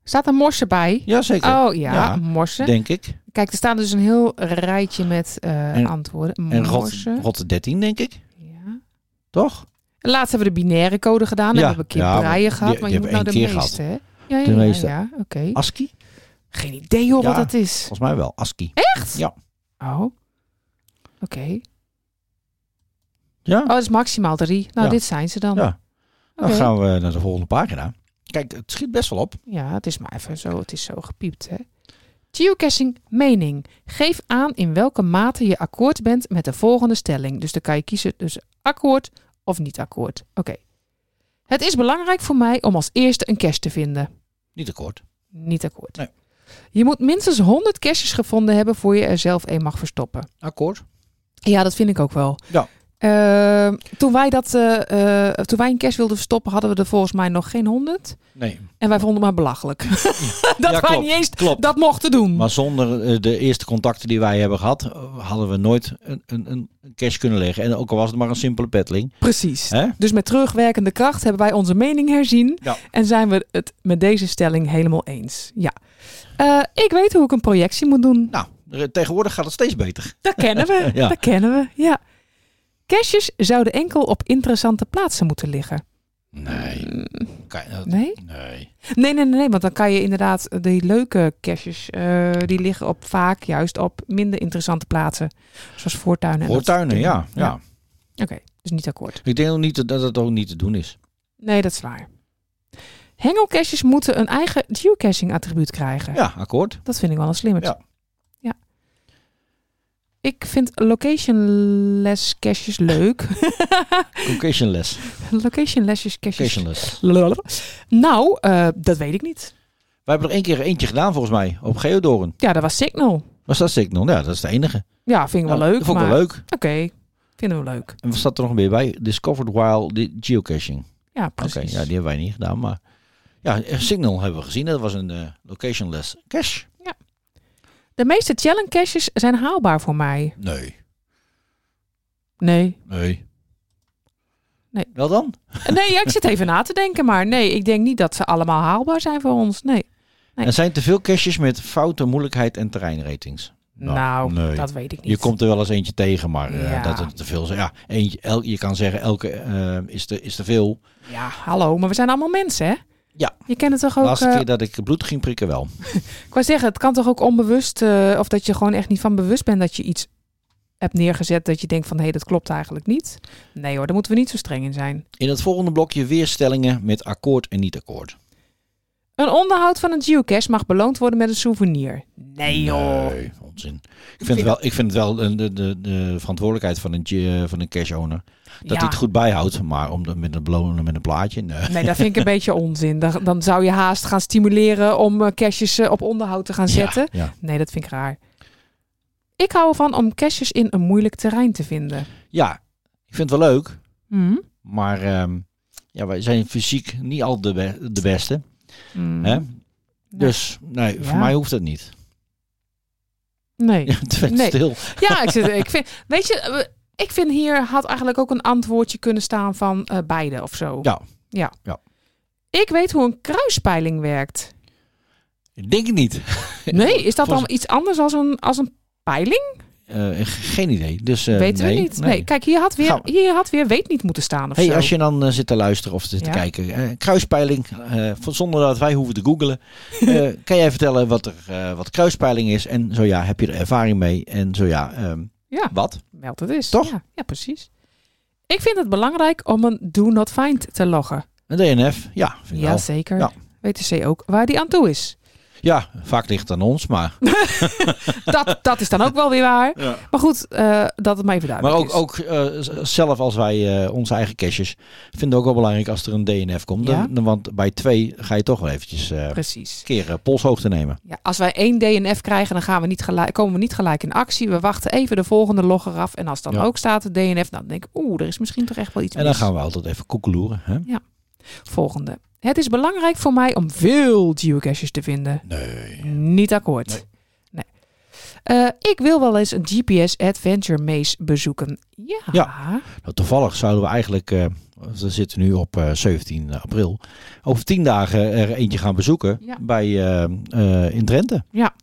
B: Staat er morsen bij?
A: Jazeker,
B: Oh ja,
A: Ja,
B: morsen.
A: denk ik.
B: Kijk, er staan dus een heel rijtje met eh,
A: En-
B: antwoorden.
A: En rot,
B: morsen.
A: rot 13, denk ik.
B: Ja.
A: Toch?
B: En Laatst hebben we de binaire code gedaan.
A: Ja,
B: en we hebben we een
A: ja,
B: keer breien
A: die-
B: gehad.
A: die
B: maar je moet nou de
A: hebben we
B: meeste,
A: één keer
B: hè? Ja, ja,
A: De
B: ja,
A: meeste.
B: ja, oké.
A: ASCII?
B: Geen idee hoor wat
A: Ja.
B: dat is.
A: Volgens mij wel. ASCII.
B: Echt?
A: Ja.
B: Oh, oké.
A: Ja?
B: Oh, dat is maximaal drie. Nou,
A: Ja.
B: dit zijn ze dan.
A: Ja. Dan
B: Oké.
A: gaan we naar de volgende pagina. Kijk, het schiet best wel op.
B: Ja, het is maar even zo. Het is zo gepiept, hè? Geocaching mening. Geef aan in welke mate je akkoord bent met de volgende stelling. Dus dan kan je kiezen tussen akkoord of niet akkoord. Oké. Het is belangrijk voor mij om als eerste een cache te vinden.
A: Niet akkoord.
B: Niet akkoord.
A: Nee.
B: Je moet minstens 100 caches gevonden hebben voor je er zelf een mag verstoppen.
A: Akkoord.
B: Ja, dat vind ik ook wel.
A: Ja.
B: Eh, toen, wij dat, eh, eh, toen wij een cash wilden verstoppen, hadden we er volgens mij nog geen 100.
A: Nee,
B: En wij vonden het maar belachelijk. dat
A: Ja,
B: wij
A: klopt,
B: niet eens
A: klopt.
B: dat mochten doen.
A: Maar zonder eh, de eerste contacten die wij hebben gehad, eh, hadden we nooit een, een, een cash kunnen leggen. En ook al was het maar een simpele petling.
B: Precies.
A: Hè?
B: Dus met terugwerkende kracht hebben wij onze mening herzien.
A: Ja.
B: En zijn we het met deze stelling helemaal eens. Ja. Eh, ik weet hoe ik een projectie moet doen.
A: Nou, er- tegenwoordig gaat het steeds beter.
B: Dat kennen we.
A: Ja.
B: Dat kennen we. Ja. Cashjes zouden enkel op interessante plaatsen moeten liggen.
A: Nee. Mm.
B: Nee?
A: nee.
B: Nee, nee, nee, nee, want dan kan je inderdaad eh, die leuke caches, eh, die liggen op vaak juist op minder interessante plaatsen. Zoals voortuinen. en dat
A: Voortuinen,
B: soort
A: ja,
B: dingen.
A: ja.
B: Oké, dus niet akkoord.
A: Ik denk ook niet dat dat ook niet te doen is.
B: Nee, dat is waar. Hengelcaches moeten een eigen geocaching attribuut krijgen.
A: Ja, akkoord.
B: Dat vind ik wel een slimmerd.
A: Ja.
B: Ja. Ik vind location-less caches leuk.
A: Locationless.
B: location-less caches.
A: Locationless.
B: Lululul. Nou, eh, dat weet ik niet.
A: We hebben er één keer eentje gedaan volgens mij, op Geodoren.
B: Ja, dat was Signal.
A: Was dat Signal? Ja, dat is de enige.
B: Ja, vind ik wel
A: Ja,
B: leuk.
A: dat vond ik
B: maar...
A: wel leuk.
B: Oké, vinden we leuk.
A: En wat staat er nog meer bij? Discovered while di- geocaching.
B: Ja,
A: Oké,
B: precies.
A: ja, die hebben wij niet gedaan, maar... Ja, Signal hebben we gezien. Dat was een eh, locationless cache.
B: De meeste challenge caches zijn haalbaar voor mij.
A: Nee.
B: Nee.
A: Nee.
B: Nee.
A: Wel dan?
B: Eh, Nee, ja, ik zit even na te denken, maar nee, ik denk niet dat ze allemaal haalbaar zijn voor ons. Nee. Nee.
A: Er zijn te veel caches met foute moeilijkheid en terreinratings.
B: nou,
A: nee.
B: dat weet ik niet.
A: Je komt er wel eens eentje tegen, maar eh,
B: Ja.
A: dat het te veel zijn. Ja, eentje, el- je kan zeggen, elke eh, is, te, is te veel.
B: Ja, hallo, maar we zijn allemaal mensen, hè?
A: Ja.
B: Je kent het toch
A: De
B: ook...
A: laatste
B: eh,
A: keer dat ik bloed ging prikken wel.
B: ik wou zeggen, het kan toch ook onbewust... eh, of dat je gewoon echt niet van bewust bent dat je iets hebt neergezet... dat je denkt van, hé, dat klopt eigenlijk niet. Nee hoor, daar moeten we niet zo streng in zijn.
A: In het volgende blokje weerstellingen met akkoord en niet akkoord.
B: Een onderhoud van een geocache mag beloond worden met een souvenir. Nee joh.
A: Nee, onzin. Ik vind, het wel, ik vind het wel een- de, de, de verantwoordelijkheid van een, ge- van een cash owner. Dat
B: Ja.
A: hij het goed bijhoudt, maar om dat met een belonen met een plaatje. Nee.
B: Nee, dat vind ik een beetje onzin. Dan, dan zou je haast gaan stimuleren om eh, caches eh, op onderhoud te gaan zetten.
A: Ja, ja.
B: Nee, dat vind ik raar. Ik hou ervan om caches in een moeilijk terrein te vinden.
A: Ja, ik vind het wel leuk.
B: Hm?
A: Maar ehm, ja, wij zijn fysiek niet al de, be- de beste.
B: Hm.
A: Hè? Dus nee,
B: Ja.
A: voor mij hoeft dat niet.
B: Nee.
A: Ja, het werd
B: Nee.
A: stil.
B: Ja, ik, zit, ik vind. Weet je, eh, ik vind hier had eigenlijk ook een antwoordje kunnen staan van eh, beide of zo.
A: Ja.
B: ja.
A: Ja.
B: Ik weet hoe een kruispeiling werkt.
A: Ik denk het niet.
B: Nee, is dat dan
A: Volgens-
B: iets anders als een, als een peiling?
A: Eh, geen idee. Dus, eh,
B: Weten
A: nee,
B: we niet. Nee. kijk, hier had, weer,
A: Gaan we-
B: hier had weer weet niet moeten staan of
A: Hey,
B: zo.
A: als je dan eh, zit te luisteren of zit te
B: Ja.
A: kijken, eh, kruispeiling, eh, van- zonder dat wij hoeven te googlen, eh, kan jij vertellen wat, er, eh, wat kruispeiling is? En zo ja, heb je er ervaring mee? En zo ja, ehm,
B: Ja.
A: wat?
B: Meld het is.
A: Toch?
B: Ja, ja, precies. Ik vind het belangrijk om een do not find te loggen.
A: Een DNF? Ja, vind ik wel.
B: Jazeker.
A: Ja.
B: Weet de C ook waar die aan toe is.
A: Ja, vaak ligt het aan ons, maar,
B: Nou, Dat, dat is dan ook wel weer waar.
A: Ja.
B: Maar goed, eh, dat het maar even
A: maar
B: duidelijk
A: ook, ook
B: is.
A: eh, z- zelf als wij eh, onze eigen caches vinden we ook wel belangrijk als er een DNF komt.
B: Ja.
A: Dan- dan- want bij twee ga je toch wel eventjes eh, een
B: Precies.
A: keer eh, polshoogte nemen.
B: Ja, als wij één DNF krijgen, dan gaan we niet gelijk, komen we niet gelijk in actie. We wachten even de volgende logger af. En als dan
A: Ja.
B: ook staat de DNF, nou, dan denk ik, oeh, er is misschien toch echt wel iets
A: En dan
B: mis.
A: gaan we altijd even koekeloeren. Hè?
B: Volgende. Het is belangrijk voor mij om veel geocaches te vinden.
A: Nee.
B: Niet akkoord. Nee. Eh, ik wil wel eens een GPS Adventure Maze bezoeken. Ja.
A: Nou, toevallig zouden we eigenlijk, eh, we zitten nu op eh, 17 april, over 10 dagen er eentje gaan bezoeken
B: Ja.
A: bij, eh, eh, in Drenthe.
B: Ja.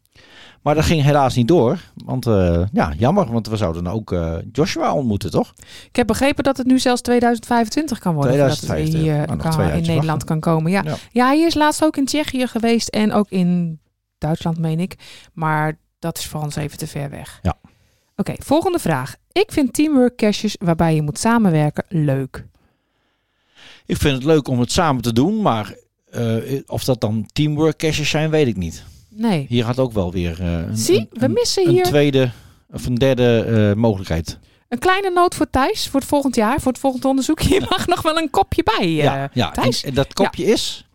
A: Maar dat ging helaas niet door. Want eh, ja, jammer, want we zouden ook eh, Joshua ontmoeten, toch?
B: Ik heb begrepen dat het nu zelfs 2025 kan worden. voordat het
A: 2025.
B: hier
A: Nou, nog
B: kan-
A: twee
B: in
A: jaartjes
B: Nederland kan komen. Ja.
A: Ja.
B: ja, hij is laatst ook in Tsjechië geweest en ook in Duitsland, meen ik. Maar dat is voor ons even te ver weg.
A: Ja.
B: Oké, volgende vraag. Ik vind teamwork caches waarbij je moet samenwerken leuk.
A: Ik vind het leuk om het samen te doen, maar eh, of dat dan teamwork caches zijn, weet ik niet.
B: Nee.
A: Hier had ook wel weer eh, een,
B: Zie,
A: een-
B: we missen
A: een
B: hier
A: tweede of een derde eh, mogelijkheid.
B: een kleine noot voor Thijs voor het volgend jaar, voor het volgend onderzoek. Je mag nog wel een kopje bij. eh.
A: ja, ja. En,
B: Thijs?
A: en dat kopje is?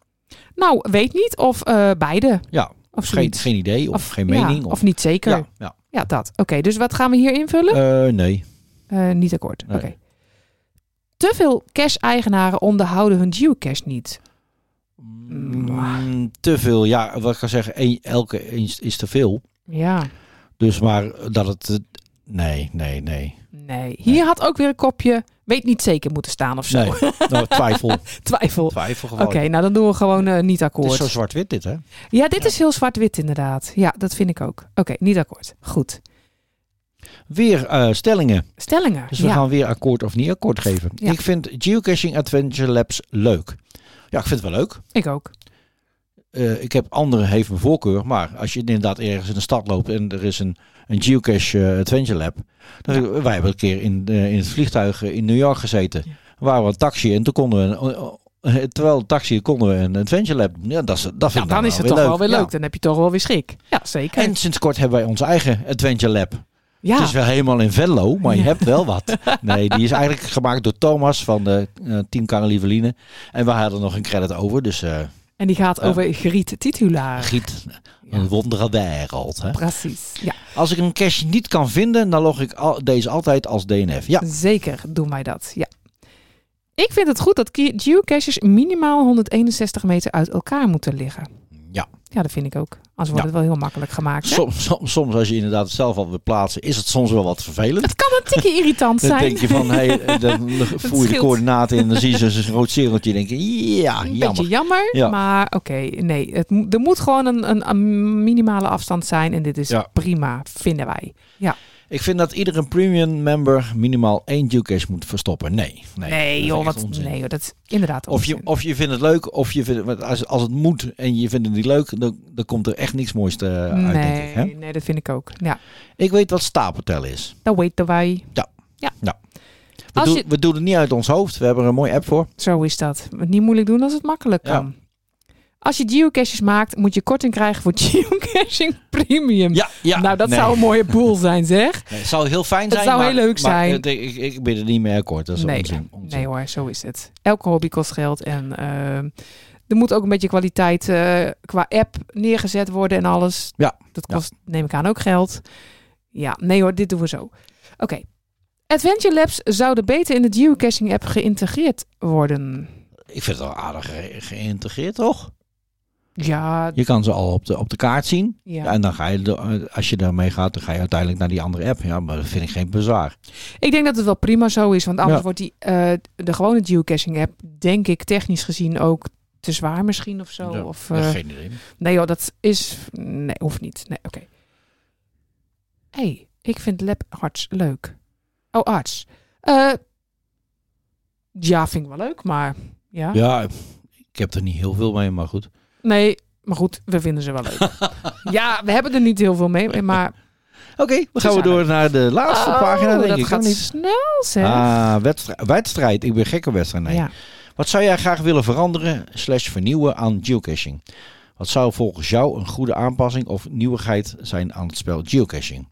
B: Nou, weet niet of eh, beide.
A: Ja, geen,
B: Of zoiets.
A: geen idee of, geen
B: ja,
A: mening.
B: of,
A: of,
B: niet zeker.
A: ja,
B: Ja,
A: ja.
B: dat. Oké, dus wat gaan we hier invullen?
A: Eh, nee.
B: Eh, niet akkoord.
A: Nee.
B: Oké. te veel cache-eigenaren onderhouden hun geocache niet.
A: Mm, te veel, ja, wat ik kan zeggen, één- elke eens is te veel.
B: Ja,
A: Dus maar dat het. eh, Nee, nee, nee.
B: nee. Hier had ook weer een kopje weet niet zeker moeten staan of zo.
A: Nee, nou, twijfel.
B: Twijfel.
A: Twijfel gewoon.
B: Oké, nou dan doen we gewoon eh, niet
A: Het is
B: akkoord.
A: zo zwart-wit dit, hè?
B: Ja, dit is heel zwart-wit inderdaad. Ja, dat vind ik ook. Oké, niet akkoord. Goed.
A: Weer eh, stellingen.
B: Stellingen.
A: Dus we
B: ja.
A: gaan weer akkoord of niet akkoord geven.
B: Ja.
A: Ik vind Geocaching Adventure Labs leuk. Ja, ik vind het wel leuk.
B: Ik ook.
A: Eh, ik heb anderen heeft mijn voorkeur, maar als je inderdaad ergens in de stad loopt en er is een, een geocache eh, adventure lab, dan zeg ik, wij hebben een keer in, eh, in het vliegtuig eh, in New York gezeten,
B: Ja.
A: waar we een taxi en toen konden we, een, oh, oh, terwijl de taxi konden we een adventure lab. doen. Ja, dat is dat
B: Ja,
A: vind ik
B: dan is het toch wel weer leuk. Dan heb je toch wel weer schrik. Ja,
A: Ja.
B: zeker.
A: En sinds kort hebben wij ons eigen adventure lab.
B: ja.
A: Het is wel helemaal in Venlo, maar je hebt wel wat. Nee, die is eigenlijk gemaakt door Thomas van de eh, Team Carneliveline. En we hadden nog een credit over, dus eh
B: en die gaat
A: Ja.
B: over Griet Titulaar.
A: Giet,
B: Ja.
A: een wondere wereld. Hè?
B: Precies. Ja,
A: Als ik een cache niet kan vinden, dan log ik al, deze altijd als DNF. Ja,
B: zeker doen wij dat. Ja. Ik vind het goed dat ge- geocaches minimaal 161 meter uit elkaar moeten liggen.
A: ja.
B: Ja, dat vind ik ook. Anders wordt
A: Ja.
B: het wel heel makkelijk gemaakt. Hè?
A: Soms, soms, soms als je inderdaad het zelf al wil plaatsen, is het soms wel wat vervelend.
B: Het kan een tikje irritant
A: Dan
B: zijn.
A: denk je van, hé, hey, eh, dan voer je de
B: scheelt.
A: coördinaten in en dan zie je zo'n rood cirkeltje. en denk je, ja,
B: een
A: ah, jammer.
B: beetje jammer,
A: Ja.
B: maar oké, nee. Het, mo- er moet gewoon een, een, een minimale afstand zijn en dit is
A: Ja.
B: prima, vinden wij.
A: Ik vind dat iedere premium member minimaal één geocache moet verstoppen. Nee, nee.
B: Nee,
A: dat is
B: joh,
A: echt
B: wat,
A: onzin.
B: nee joh, dat is inderdaad
A: Of je,
B: onzin.
A: of je vindt het leuk, of je vindt, want als, als het moet en je vindt het niet leuk, dan, dan komt er echt niks moois eh, uit, denk ik. Hè?
B: nee, nee, dat vind ik ook. Ja,
A: Ik weet wat stapeltellen is.
B: dat weten wij.
A: We,
B: Als
A: doen-
B: je-
A: we doen het niet uit ons hoofd. We hebben er een mooie app voor.
B: Zo is dat. Niet moeilijk doen als het makkelijk
A: Ja.
B: kan. Als je geocaches maakt, moet je korting krijgen voor geocaching premium.
A: Ja, ja.
B: nou, dat
A: nee.
B: zou een mooie boel zijn, zeg.
A: Nee, het zou heel fijn
B: Dat
A: zijn.
B: zou
A: maar-
B: heel leuk
A: maar,
B: zijn.
A: het- ik, ik ben er niet meer akkoord. Dat is
B: nee,
A: onzin. onzin.
B: nee hoor, zo is het. Elke hobby kost geld en eh, er moet ook een beetje kwaliteit eh, qua app neergezet worden en alles.
A: Ja,
B: Dat
A: ja.
B: kost, neem ik aan, ook geld. Ja, nee hoor, dit doen we zo. Oké. Adventure Labs zouden beter in de geocaching app geïntegreerd worden.
A: Ik vind het wel aardig ge- geïntegreerd, toch?
B: Ja,
A: Je kan ze al op de, op de kaart zien.
B: ja.
A: Ja, En dan ga je, de- als je daarmee gaat, dan ga je uiteindelijk naar die andere app. Ja, maar dat vind ik geen bezwaar.
B: Ik denk dat het wel prima zo is, want anders
A: Ja.
B: wordt die, eh, de gewone geocaching app, denk ik, technisch gezien ook te zwaar misschien of zo.
A: Ja,
B: Of,
A: Ja,
B: eh,
A: geen idee.
B: nee joh, dat is... Nee, hoeft niet. Nee, oké. hey, ik vind labarts leuk. Oh, arts. Eh, ja, vind ik wel leuk, maar ja.
A: Ja, ik heb er niet heel veel mee, maar goed.
B: Nee, maar goed, we vinden ze wel leuk. ja, we hebben er niet heel veel mee, maar...
A: Oké, dan gaan we
B: zijn
A: door naar de laatste pagina,
B: Oh,
A: denk
B: dat
A: ik.
B: gaat
A: of niet?
B: snel, zeg.
A: Ah, wedstrijd, wedstrijd. Ik ben gekke wedstrijd. Nee.
B: Ja.
A: Wat zou jij graag willen veranderen slash vernieuwen aan geocaching? Wat zou volgens jou een goede aanpassing of nieuwigheid zijn aan het spel geocaching?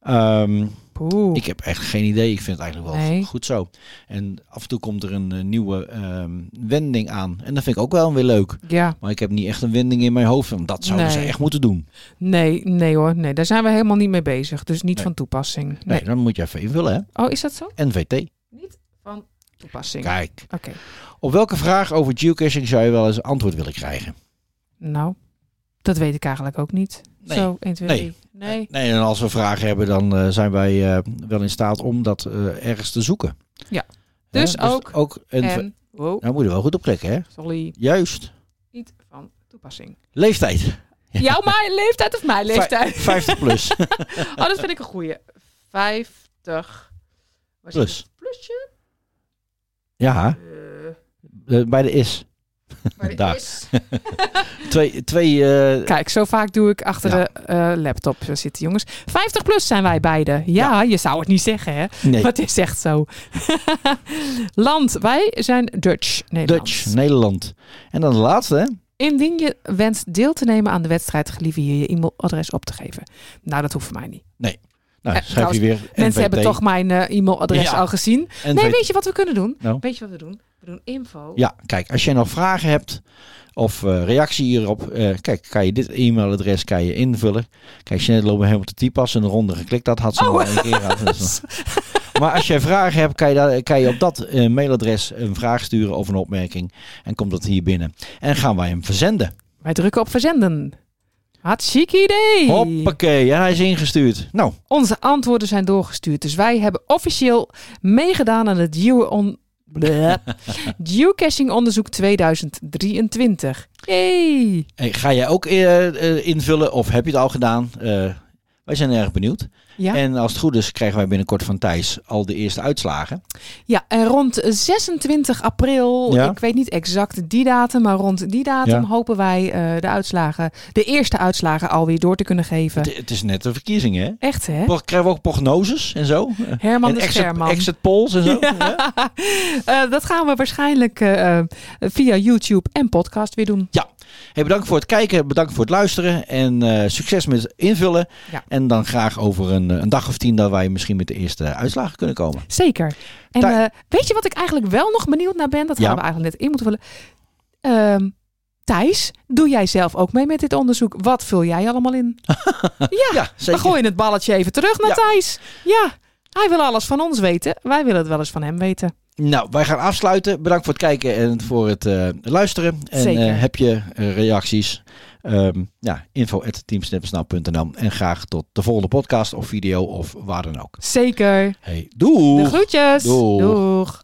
A: Ehm,
B: Poeh.
A: ik heb echt geen idee. Ik vind het eigenlijk wel
B: Nee.
A: goed zo. En af en toe komt er een eh, nieuwe ehm, wending aan. En dat vind ik ook wel weer leuk.
B: Ja.
A: Maar ik heb niet echt een wending in mijn hoofd. Want dat zouden
B: Nee.
A: ze echt moeten doen.
B: Nee, nee hoor. Nee, daar zijn we helemaal niet mee bezig. Dus niet
A: Nee.
B: van toepassing. Nee.
A: Nee, dan moet je even invullen,
B: Oh, is dat zo?
A: hè? NVT.
B: Niet van toepassing. Oké.
A: Kijk. Op welke vraag over geocaching zou je wel eens antwoord willen krijgen?
B: Nou, dat weet ik eigenlijk ook niet.
A: Nee.
B: Zo, 1, 2,
A: Nee.
B: 3. Nee.
A: Nee, en als we vragen hebben, dan eh, zijn wij eh, wel in staat om dat eh, ergens te zoeken.
B: Ja.
A: Hè,
B: Dus ook
A: ook een v-
B: En, wow,
A: Nou, moet je er wel goed op klikken, hè?
B: sorry,
A: Juist.
B: niet van toepassing.
A: Leeftijd. Ja.
B: Jouw maar leeftijd of mijn leeftijd?
A: Vij- 50 plus.
B: Oh, dat vind ik een goeie. 50. Waar zit
A: Plus.
B: het Plusje?
A: ja,
B: Eh,
A: eh, bij de is.
B: waar het
A: Daar.
B: is.
A: Twee, twee eh,
B: Kijk, zo vaak doe ik achter
A: Ja.
B: de eh, laptop zitten, jongens. 50 plus zijn wij beiden. ja, je zou het niet zeggen, hè?
A: nee,
B: Wat is echt zo? Land. Wij zijn Dutch. Nederland.
A: Dutch, Nederland. En dan de laatste, hè? Nou,
B: Indien je wenst deel te nemen aan de wedstrijd, gelieve je je e-mailadres op te geven. Nou, dat hoeft voor mij niet.
A: Nou,
B: Eh,
A: schrijf je weer
B: Mensen
A: NVT.
B: hebben toch mijn eh, e-mailadres
A: Ja.
B: al gezien.
A: NVT.
B: Nee, weet je wat we kunnen doen?
A: Nou.
B: Weet je wat we doen? We doen info.
A: Ja, kijk, als jij nog vragen hebt of eh, reactie hierop, eh, kijk, kan je dit e-mailadres kan je invullen. Kijk, Jeanette loopt me helemaal te typen als ze een ronde geklikt had, had ze
B: Oh.
A: maar één keer gehad. Dat is nog- Maar als jij vragen hebt, kan je, daar, kan je op dat eh, mailadres een vraag sturen of een opmerking. En komt dat hier binnen. En gaan wij hem verzenden.
B: Wij drukken op verzenden. Hartstikke idee.
A: Hoppakee. En hij is ingestuurd. Nou,
B: Onze antwoorden zijn doorgestuurd. Dus wij hebben officieel meegedaan aan het geo- on- bleh. geocaching onderzoek 2023. Hey.
A: hey, ga jij ook eh, eh, invullen of heb je het al gedaan? Eh, wij zijn erg benieuwd.
B: Ja,
A: En als het goed is, krijgen wij binnenkort van Thijs al de eerste uitslagen.
B: ja, en rond 26 april,
A: Ja.
B: ik weet niet exact die datum, maar rond die datum
A: Ja.
B: hopen wij eh, de uitslagen, de eerste uitslagen alweer door te kunnen geven.
A: Het, e- het is net een verkiezing, hè?
B: Echt hè?
A: Pro- Krijgen we ook prognoses en zo? Eh,
B: Herman
A: en
B: de
A: exit,
B: Scherman.
A: exit polls en zo? Ja.
B: Eh, dat gaan we waarschijnlijk eh, eh, via YouTube en podcast weer doen.
A: Hey, bedankt voor het kijken, bedankt voor het luisteren en eh, succes met invullen.
B: Ja.
A: En dan graag over een, eh, een dag of tien dat wij misschien met de eerste uitslagen kunnen komen.
B: Zeker. En
A: Daar-
B: eh, weet je wat ik eigenlijk wel nog benieuwd naar ben? Dat gaan
A: Ja.
B: we eigenlijk net in moeten vullen. Ehm, Thijs, doe jij zelf ook mee met dit onderzoek? Wat vul jij allemaal in? ja,
A: Ja,
B: we
A: zeker.
B: gooien het balletje even terug naar
A: Ja.
B: Thijs. Ja, hij wil alles van ons weten. Wij willen het wel eens van hem weten.
A: Nou, wij gaan afsluiten. Bedankt voor het kijken en voor het eh, luisteren. En
B: Zeker.
A: eh, heb je eh, reacties? Ehm ja, info En graag tot de volgende podcast of video of waar dan ook.
B: Zeker.
A: Hey, doei.
B: De groetjes.
A: Doeg.
B: Doeg.